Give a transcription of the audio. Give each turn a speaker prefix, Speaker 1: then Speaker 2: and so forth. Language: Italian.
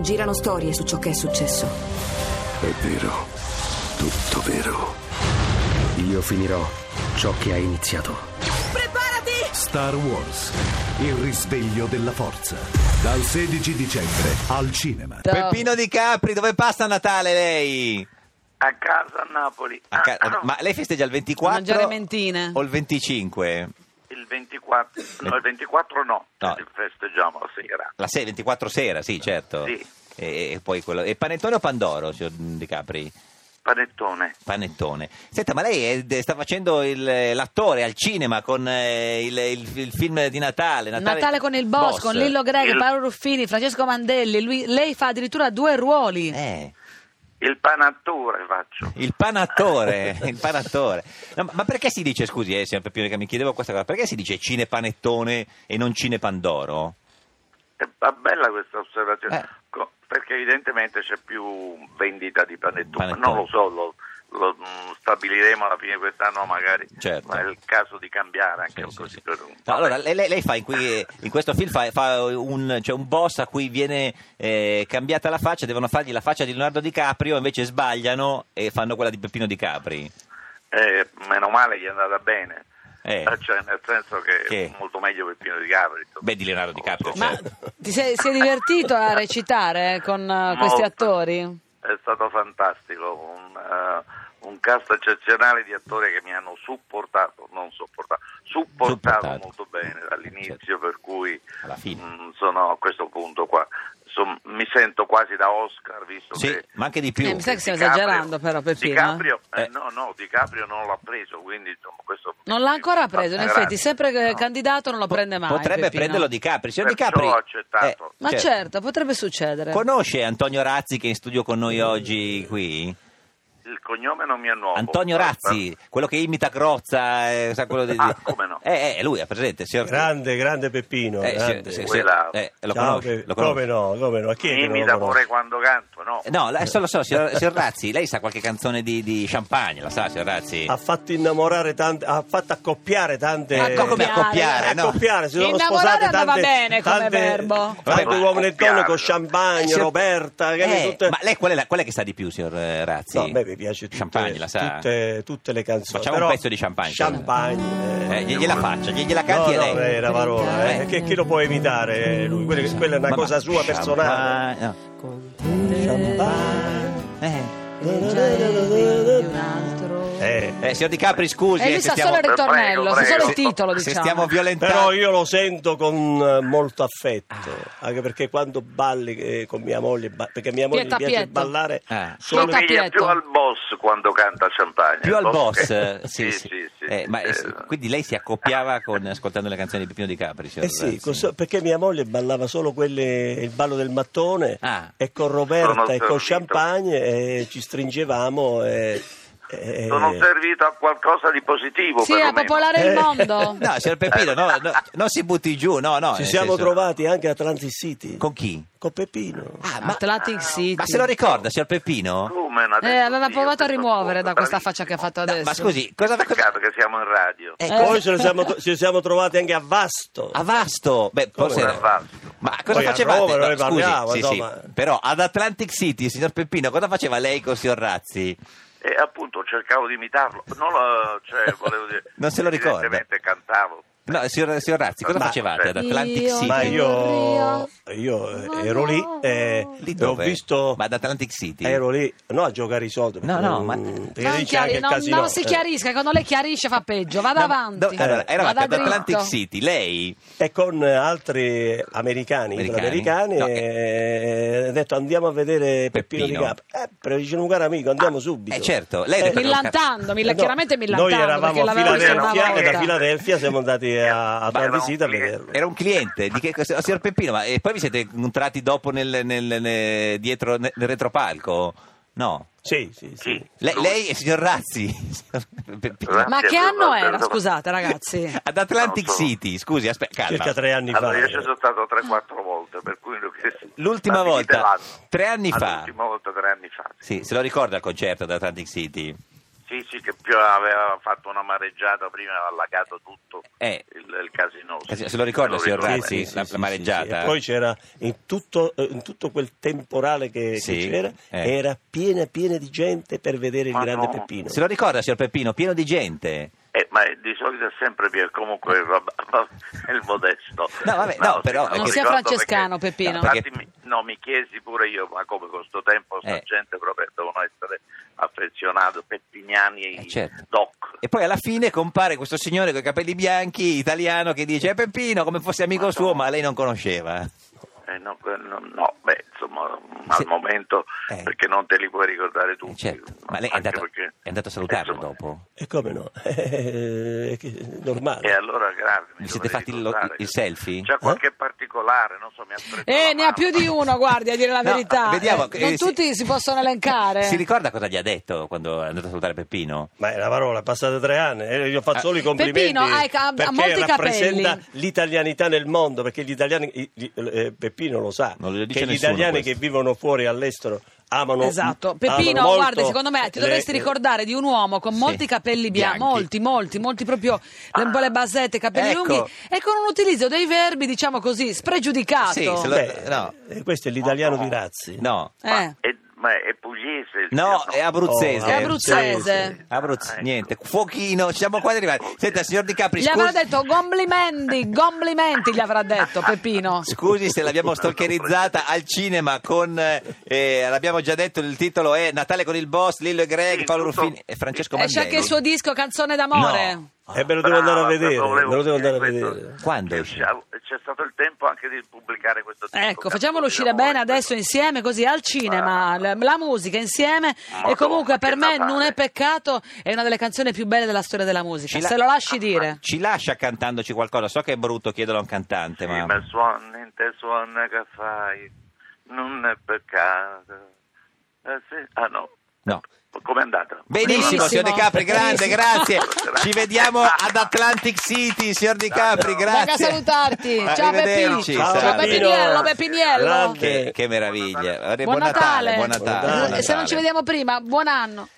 Speaker 1: Girano storie su ciò che è successo.
Speaker 2: È vero, tutto vero. Io finirò ciò che ha iniziato.
Speaker 3: Preparati!
Speaker 4: Star Wars, il risveglio della forza. Dal 16 dicembre al cinema.
Speaker 5: Peppino Di Capri, dove passa Natale lei?
Speaker 6: A casa a Napoli. Ah,
Speaker 5: A ca- ma lei festeggia il
Speaker 3: A
Speaker 5: 24
Speaker 3: mangiare mentine.
Speaker 5: o il 25?
Speaker 6: Il 24, no, il 24 no,
Speaker 5: No.
Speaker 6: festeggiamo la sera.
Speaker 5: La se- 24 sera, sì, certo.
Speaker 6: Sì.
Speaker 5: E, e poi quello... e panettone o pandoro, signor Di Capri?
Speaker 6: Panettone.
Speaker 5: Panettone. Senta, ma lei è- sta facendo il- l'attore al cinema con eh, il, il- il film di Natale.
Speaker 3: Natale, con il boss, con Lillo Greco,
Speaker 6: Il-
Speaker 3: Paolo Ruffini, Francesco Mandelli. Lui- lei fa addirittura due ruoli.
Speaker 5: Eh,
Speaker 6: Il panattore faccio.
Speaker 5: il panattore, il panattore. No, ma- ma perché si dice, scusi, eh, signor Peppino, che mi chiedevo questa cosa, perché si dice cine panettone e non cine pandoro?
Speaker 6: È è bella questa osservazione,
Speaker 5: Eh.
Speaker 6: Co- perché evidentemente c'è più vendita di panettone.
Speaker 5: Panettone.
Speaker 6: Non lo so, lo, lo, mm, stabiliremo alla fine di quest'anno magari.
Speaker 5: Certo.
Speaker 6: Ma è il caso di cambiare anche
Speaker 5: Sì,
Speaker 6: così.
Speaker 5: sì, sì.
Speaker 6: per-
Speaker 5: No, allora, lei, lei- lei fa in, cui- in questo film fa, fa un, c'è un boss a cui viene eh, cambiata la faccia, devono fargli la faccia di Leonardo DiCaprio, invece sbagliano e fanno quella di Peppino DiCapri.
Speaker 6: Eh, meno male gli è andata bene.
Speaker 5: Eh.
Speaker 6: Eh, Cioè, nel senso che,
Speaker 5: Che?
Speaker 6: è molto meglio per Pino Di Capri. insomma.
Speaker 5: Beh, di Leonardo DiCaprio,
Speaker 6: Ma-
Speaker 5: certo.
Speaker 3: Ti sei, si è divertito a recitare eh, con eh, questi
Speaker 6: Molto.
Speaker 3: attori?
Speaker 6: È stato fantastico, un, eh, un cast eccezionale di attori che mi hanno supportato, non sopportato, supportato,
Speaker 5: Supportato.
Speaker 6: molto bene dall'inizio,
Speaker 5: Certo.
Speaker 6: per cui
Speaker 5: Alla fine.
Speaker 6: mm, sono a questo punto qua. Insomma, mi sento quasi da Oscar, visto
Speaker 5: Sì,
Speaker 6: che...
Speaker 5: ma anche di più.
Speaker 3: Eh, mi sa che stiamo
Speaker 6: Di Caprio-
Speaker 3: esagerando però,
Speaker 6: Di
Speaker 3: Peppino. eh.
Speaker 6: Caprio, eh,
Speaker 5: Eh.
Speaker 6: no, no, Di Caprio non l'ha preso, quindi insomma questo...
Speaker 3: Non l'ha ancora preso, in
Speaker 6: eh, Grazie.
Speaker 3: effetti, sempre che
Speaker 6: No.
Speaker 3: candidato non lo prende mai.
Speaker 5: Potrebbe
Speaker 3: Peppino.
Speaker 5: prenderlo DiCaprio. Signor
Speaker 6: Perciò
Speaker 5: DiCaprio,
Speaker 6: ho Eh, accettato.
Speaker 3: Ma certo,
Speaker 5: certo.
Speaker 3: potrebbe succedere.
Speaker 5: Conosce Antonio Razzi che è in studio con noi oggi qui?
Speaker 6: Il cognome non mi è nuovo.
Speaker 5: Antonio Razzi, quello che imita Crozza, eh, sa quello di...
Speaker 6: Ah, come no.
Speaker 5: Eh, eh, lui è presente, signor...
Speaker 7: Grande, grande Peppino.
Speaker 5: Eh, signor-
Speaker 7: grande.
Speaker 5: signor-
Speaker 6: Quella-
Speaker 5: eh, lo
Speaker 7: Ciao,
Speaker 5: conosce,
Speaker 7: Pe-
Speaker 5: lo conosce.
Speaker 7: Come no, come no. Chi è che
Speaker 6: Mi
Speaker 7: non lo
Speaker 6: imita
Speaker 7: conosce?
Speaker 6: pure quando canto, no?
Speaker 5: Eh, No, la- solo so, signor, signor Razzi, lei sa qualche canzone di, di Champagne, la sa, signor Razzi?
Speaker 7: Ha fatto innamorare tante, ha fatto accoppiare tante.
Speaker 3: Ma
Speaker 5: Ma come accoppiare, no?
Speaker 7: accoppiare, si sono
Speaker 3: Innamorare
Speaker 7: sposate
Speaker 3: andava
Speaker 7: tante,
Speaker 3: bene come
Speaker 7: tante,
Speaker 3: verbo.
Speaker 7: Tante
Speaker 5: Vabbè, ma
Speaker 7: uomini e donne con
Speaker 6: accoppiare.
Speaker 7: champagne,
Speaker 5: Eh, signor-
Speaker 7: Roberta, che
Speaker 5: Eh,
Speaker 7: tutte...
Speaker 5: Ma lei qual è, la, qual è che sa di più, signor eh, Razzi?
Speaker 7: No, a me mi piace tutte,
Speaker 5: Champagne, la sa?
Speaker 7: tutte, tutte le canzoni.
Speaker 5: Facciamo un
Speaker 7: però
Speaker 5: pezzo di champagne.
Speaker 7: Champagne.
Speaker 5: Eh, glie- gliela faccia, glie- gliela canti
Speaker 7: no,
Speaker 5: e lei.
Speaker 7: No, è una parola, eh, che, che lo può imitare eh, lui? Quella, quella è una
Speaker 5: Ma-
Speaker 7: cosa
Speaker 5: ma-
Speaker 7: sua personale.
Speaker 5: Champagne, no. Eh.
Speaker 7: Eh,
Speaker 5: Eh, signor Di Capri, scusi,
Speaker 3: E
Speaker 5: eh,
Speaker 3: lì
Speaker 5: se
Speaker 3: sa
Speaker 5: stiamo,
Speaker 3: solo il ritornello,
Speaker 6: Prego,
Speaker 3: sa solo
Speaker 6: prego.
Speaker 3: il titolo,
Speaker 5: se
Speaker 3: diciamo.
Speaker 5: stiamo violentando...
Speaker 7: Però io lo sento con eh, molto affetto,
Speaker 5: Ah.
Speaker 7: anche perché quando balli eh, con mia moglie, ba- perché mia moglie
Speaker 3: Pietà,
Speaker 7: piace
Speaker 3: Pietà.
Speaker 7: ballare
Speaker 5: Ah.
Speaker 7: solo
Speaker 3: Pietà.
Speaker 6: Somiglia
Speaker 3: Pietro.
Speaker 6: più al boss quando canta champagne.
Speaker 5: Più al boss,
Speaker 6: che-
Speaker 5: eh, sì, sì. Eh, ma, eh, sì,
Speaker 6: Eh,
Speaker 5: quindi lei si accoppiava con, ascoltando le canzoni di Peppino Di Capri, signor
Speaker 7: Eh sì,
Speaker 5: Razzi.
Speaker 7: cos- perché mia moglie ballava solo quelle, il ballo del mattone
Speaker 5: Ah.
Speaker 7: e con Roberta
Speaker 6: Sono
Speaker 7: e con
Speaker 6: servito.
Speaker 7: Champagne eh, ci stringevamo. eh, eh,
Speaker 6: Sono servito a qualcosa di positivo.
Speaker 3: Sì, a
Speaker 6: perlomeno.
Speaker 3: popolare il
Speaker 7: Eh.
Speaker 3: mondo.
Speaker 5: No, signor Peppino, no, no, non si butti giù, no, no.
Speaker 7: ci
Speaker 5: nel
Speaker 7: siamo
Speaker 5: senso-
Speaker 7: trovati anche a Atlantic City con,
Speaker 5: Con chi?
Speaker 7: Peppino.
Speaker 5: Ah, ma,
Speaker 3: Atlantic City.
Speaker 5: ma se lo ricorda, signor Peppino?
Speaker 6: Come non ha
Speaker 3: Eh,
Speaker 6: detto
Speaker 3: aveva
Speaker 6: Dio,
Speaker 3: provato a
Speaker 6: questo
Speaker 3: rimuovere da
Speaker 6: fuoco,
Speaker 3: questa
Speaker 6: bravissimo.
Speaker 3: faccia che ha fatto
Speaker 5: No,
Speaker 3: adesso.
Speaker 5: ma scusi, cosa va
Speaker 6: Peccato che siamo in radio.
Speaker 5: Eh, cosa-
Speaker 7: Poi ce ne siamo to- ci siamo trovati anche a Vasto.
Speaker 5: A Vasto, beh, forse
Speaker 6: Come a Vasto?
Speaker 5: Ma cosa
Speaker 7: Poi a
Speaker 5: facevate?
Speaker 7: Roma noi
Speaker 5: scusi,
Speaker 7: parliamo,
Speaker 5: sì,
Speaker 7: insomma.
Speaker 5: sì, Però ad Atlantic City, signor Peppino, cosa faceva lei con signor Razzi?
Speaker 6: E appunto cercavo di imitarlo. Non, lo, cioè, volevo dire,
Speaker 5: Non se lo ricorda.
Speaker 6: Evidentemente cantavo.
Speaker 5: No, signor, signor Razzi, cosa
Speaker 7: Ma-
Speaker 5: facevate ad Atlantic
Speaker 3: Io-
Speaker 5: City?
Speaker 7: Ma io,
Speaker 3: Rio.
Speaker 7: io
Speaker 3: Ma
Speaker 7: ero lì
Speaker 3: no.
Speaker 7: eh,
Speaker 5: Lì
Speaker 7: e ho
Speaker 5: dove?
Speaker 7: visto.
Speaker 5: Ma ad Atlantic City?
Speaker 7: Ero lì, no, a giocare i soldi.
Speaker 5: No, no, ma-
Speaker 7: perché
Speaker 3: Non,
Speaker 7: lì c'è
Speaker 3: chiari-
Speaker 7: anche il
Speaker 3: non-
Speaker 7: casino.
Speaker 3: non si
Speaker 7: eh.
Speaker 3: chiarisca, quando lei chiarisce fa peggio. Vada
Speaker 5: cioè. No,
Speaker 3: avanti.
Speaker 5: dove- allora, eravate
Speaker 3: Vada
Speaker 5: ad Atlantic
Speaker 3: dritto.
Speaker 5: City, lei?
Speaker 7: E con altri americani,
Speaker 5: Americani?
Speaker 7: americani,
Speaker 5: No,
Speaker 7: eh, ha detto andiamo a vedere Peppino,
Speaker 5: Peppino.
Speaker 7: di Capri. Eh, però dice un caro amico, andiamo subito.
Speaker 5: eh, certo, lei ha detto-
Speaker 3: Millantando, milla-
Speaker 7: Eh, no,
Speaker 3: chiaramente millantando.
Speaker 7: Noi
Speaker 3: perché
Speaker 7: eravamo a
Speaker 3: l'avevamo visto una
Speaker 7: Filadelfia e da
Speaker 3: volta.
Speaker 7: Filadelfia siamo andati a, a
Speaker 6: Ma
Speaker 7: tua
Speaker 6: era un
Speaker 7: visita a
Speaker 6: cliente.
Speaker 7: vederlo.
Speaker 5: Era un cliente, di che, cosa- signor Peppino, ma e poi vi siete incontrati dopo nel, nel- nel- dietro, nel retropalco? No.
Speaker 7: Sì, sì, sì.
Speaker 6: Sì.
Speaker 5: Le-
Speaker 6: Lui-
Speaker 5: lei e signor Razzi, signor Peppino.
Speaker 3: Ma che
Speaker 6: Sì,
Speaker 3: anno
Speaker 6: sì,
Speaker 3: era?
Speaker 6: sì.
Speaker 3: Scusate, ragazzi.
Speaker 5: Ad Atlantic
Speaker 6: No, sono-
Speaker 5: City, scusi, aspetta,
Speaker 7: Circa
Speaker 5: calma.
Speaker 7: tre anni
Speaker 6: Allora, io ci
Speaker 7: fa.
Speaker 6: sono stato 3-4 volte, per cui lo che-
Speaker 5: L'ultima
Speaker 6: ma mi dite
Speaker 5: volta,
Speaker 6: l'anno.
Speaker 5: tre anni
Speaker 6: Ah,
Speaker 5: fa.
Speaker 6: L'ultima volta tre anni fa.
Speaker 5: Sì, se lo ricorda il concerto ad Atlantic City?
Speaker 6: Sì, sì, che esempio aveva fatto una mareggiata prima aveva allagato tutto
Speaker 5: Eh.
Speaker 6: il, il casino.
Speaker 5: Eh, se lo ricorda,
Speaker 6: Se
Speaker 5: signor
Speaker 6: ricorda.
Speaker 5: Razzi? Sì, la- la mareggiata.
Speaker 7: E poi c'era in tutto, eh, in tutto quel temporale che, che
Speaker 5: Sì,
Speaker 7: c'era,
Speaker 5: eh.
Speaker 7: era piena piena di gente per vedere il
Speaker 6: Ma
Speaker 7: grande
Speaker 6: no.
Speaker 7: Peppino.
Speaker 5: Se lo ricorda, signor Peppino, pieno di gente.
Speaker 6: Eh, ma di solito è sempre Pier, comunque il, rab- il modesto.
Speaker 5: Eh. No, vabbè, no,
Speaker 6: sì,
Speaker 5: però-
Speaker 6: me lo
Speaker 5: Non
Speaker 3: sia
Speaker 6: ricordo
Speaker 3: francescano, Peppino.
Speaker 6: No, infatti
Speaker 5: Perché-
Speaker 6: mi, no, mi chiesi pure io, ma come con sto tempo sta
Speaker 5: Eh.
Speaker 6: gente proprio devono essere affezionato, peppiniani
Speaker 5: Eh, certo.
Speaker 6: doc.
Speaker 5: E poi alla fine compare questo signore con i capelli bianchi, italiano, che dice: Eh, Peppino, come fosse amico
Speaker 6: Ma
Speaker 5: suo,
Speaker 6: no.
Speaker 5: ma lei non conosceva.
Speaker 6: Eh, no, que- no, no, beh, insomma,
Speaker 5: Sì.
Speaker 6: al momento
Speaker 5: Eh.
Speaker 6: perché non te li puoi ricordare tutti.
Speaker 5: Eh, certo. Ma lei è
Speaker 6: Anche
Speaker 5: andato,
Speaker 6: perché-
Speaker 5: è andato a salutarlo
Speaker 6: insomma,
Speaker 5: dopo.
Speaker 7: E come no? Eh, che- normale.
Speaker 6: E allora grazie.
Speaker 5: Vi siete fatti il- il selfie?
Speaker 6: C'è qualche particolare, non so, mi ha stretto
Speaker 3: Eh,
Speaker 6: la
Speaker 3: ne ha
Speaker 6: mano.
Speaker 3: più di uno, guardi, a dire la
Speaker 5: No,
Speaker 3: verità.
Speaker 5: vediamo,
Speaker 3: Eh,
Speaker 5: eh,
Speaker 3: non
Speaker 5: si-
Speaker 3: tutti si possono elencare.
Speaker 5: Si ricorda cosa gli ha detto quando è andato a salutare Peppino?
Speaker 7: Ma è una parola, passate tre anni, eh, gli ho fatto
Speaker 5: Ah.
Speaker 7: solo i complimenti
Speaker 3: Peppino ecco, ha i ca- ha
Speaker 7: perché
Speaker 3: molti
Speaker 7: rappresenta
Speaker 3: capelli.
Speaker 7: l'italianità nel mondo, perché gli italiani, i- gli- eh, Peppino lo sa,
Speaker 5: Non lo dice
Speaker 7: che gli
Speaker 5: nessuno
Speaker 7: italiani
Speaker 5: questo.
Speaker 7: che vivono fuori all'estero amano
Speaker 3: Esatto,
Speaker 5: Ah,
Speaker 7: amano
Speaker 3: Peppino,
Speaker 7: molto
Speaker 3: guarda, secondo me ti
Speaker 7: le-
Speaker 3: dovresti ricordare di un uomo con molti capelli bianchi,
Speaker 5: Bianchi.
Speaker 3: molti, molti, molti proprio le- un po' le basette, capelli
Speaker 5: Ecco.
Speaker 3: lunghi e con un utilizzo dei verbi, diciamo così, spregiudicato.
Speaker 5: Sì, se lo-
Speaker 7: Beh,
Speaker 5: no.
Speaker 7: eh, questo è l'italiano di Razzi.
Speaker 5: No,
Speaker 3: Eh,
Speaker 6: È- ma è pugliese? il
Speaker 5: no,
Speaker 6: signor-
Speaker 5: è abruzzese.
Speaker 7: Oh,
Speaker 3: è
Speaker 7: sì,
Speaker 3: abruzzese.
Speaker 5: Abruzzo,
Speaker 6: Ah, ecco.
Speaker 5: niente, fuochino, ci siamo quasi arrivati. Senta, signor Di Capri,
Speaker 3: Gli avrà
Speaker 5: scusi,
Speaker 3: detto complimenti, complimenti gli avrà detto Peppino.
Speaker 5: scusi se l'abbiamo stalkerizzata al cinema con, eh, eh, l'abbiamo già detto, il titolo è Natale con il boss, Lillo e Greg,
Speaker 6: Sì,
Speaker 5: Paolo
Speaker 6: tutto-
Speaker 5: Ruffini e Francesco
Speaker 3: Esce
Speaker 5: Mandelli.
Speaker 3: Eh, anche il suo disco Canzone d'amore.
Speaker 5: No.
Speaker 7: Eh, me lo devo andare a
Speaker 6: Brava,
Speaker 7: vedere,
Speaker 6: proprio
Speaker 7: me
Speaker 6: volevo
Speaker 7: lo devo andare a
Speaker 6: dire questo.
Speaker 7: vedere.
Speaker 5: Quando
Speaker 6: Che
Speaker 5: esce?
Speaker 6: C'è, c'è stato il tempo anche di pubblicare questo disco,
Speaker 3: Ecco,
Speaker 6: cazzo,
Speaker 3: facciamolo uscire
Speaker 6: diciamo,
Speaker 3: bene adesso insieme, così al cinema, la, la musica insieme.
Speaker 6: Madonna,
Speaker 3: e comunque per
Speaker 6: che
Speaker 3: me
Speaker 6: Natale.
Speaker 3: non è peccato, è una delle canzoni più belle della storia della musica.
Speaker 5: Ci la-
Speaker 3: Se lo lasci dire.
Speaker 5: Ci lascia cantandoci qualcosa, so che è brutto chiederlo a un cantante,
Speaker 6: Sì,
Speaker 5: ma...
Speaker 6: ma suon, niente suona che fai, non è peccato. Eh, sì. Ah no,
Speaker 5: No.
Speaker 6: com'è andata?
Speaker 5: Benissimo,
Speaker 3: Benissimo.
Speaker 5: signor Di Capri, grande,
Speaker 3: Benissimo.
Speaker 5: grazie. Ci vediamo ad Atlantic City, signor Di Capri, grazie.
Speaker 3: Venga a salutarti. Ciao Peppino.
Speaker 5: Arrivederci,
Speaker 3: Ciao,
Speaker 5: salve.
Speaker 3: Peppiniello, Peppiniello.
Speaker 7: Grande.
Speaker 5: Che, che meraviglia.
Speaker 3: Buon Natale.
Speaker 5: Buon Natale.
Speaker 7: Buon
Speaker 3: E Se non
Speaker 5: Natale.
Speaker 3: ci vediamo prima, buon anno.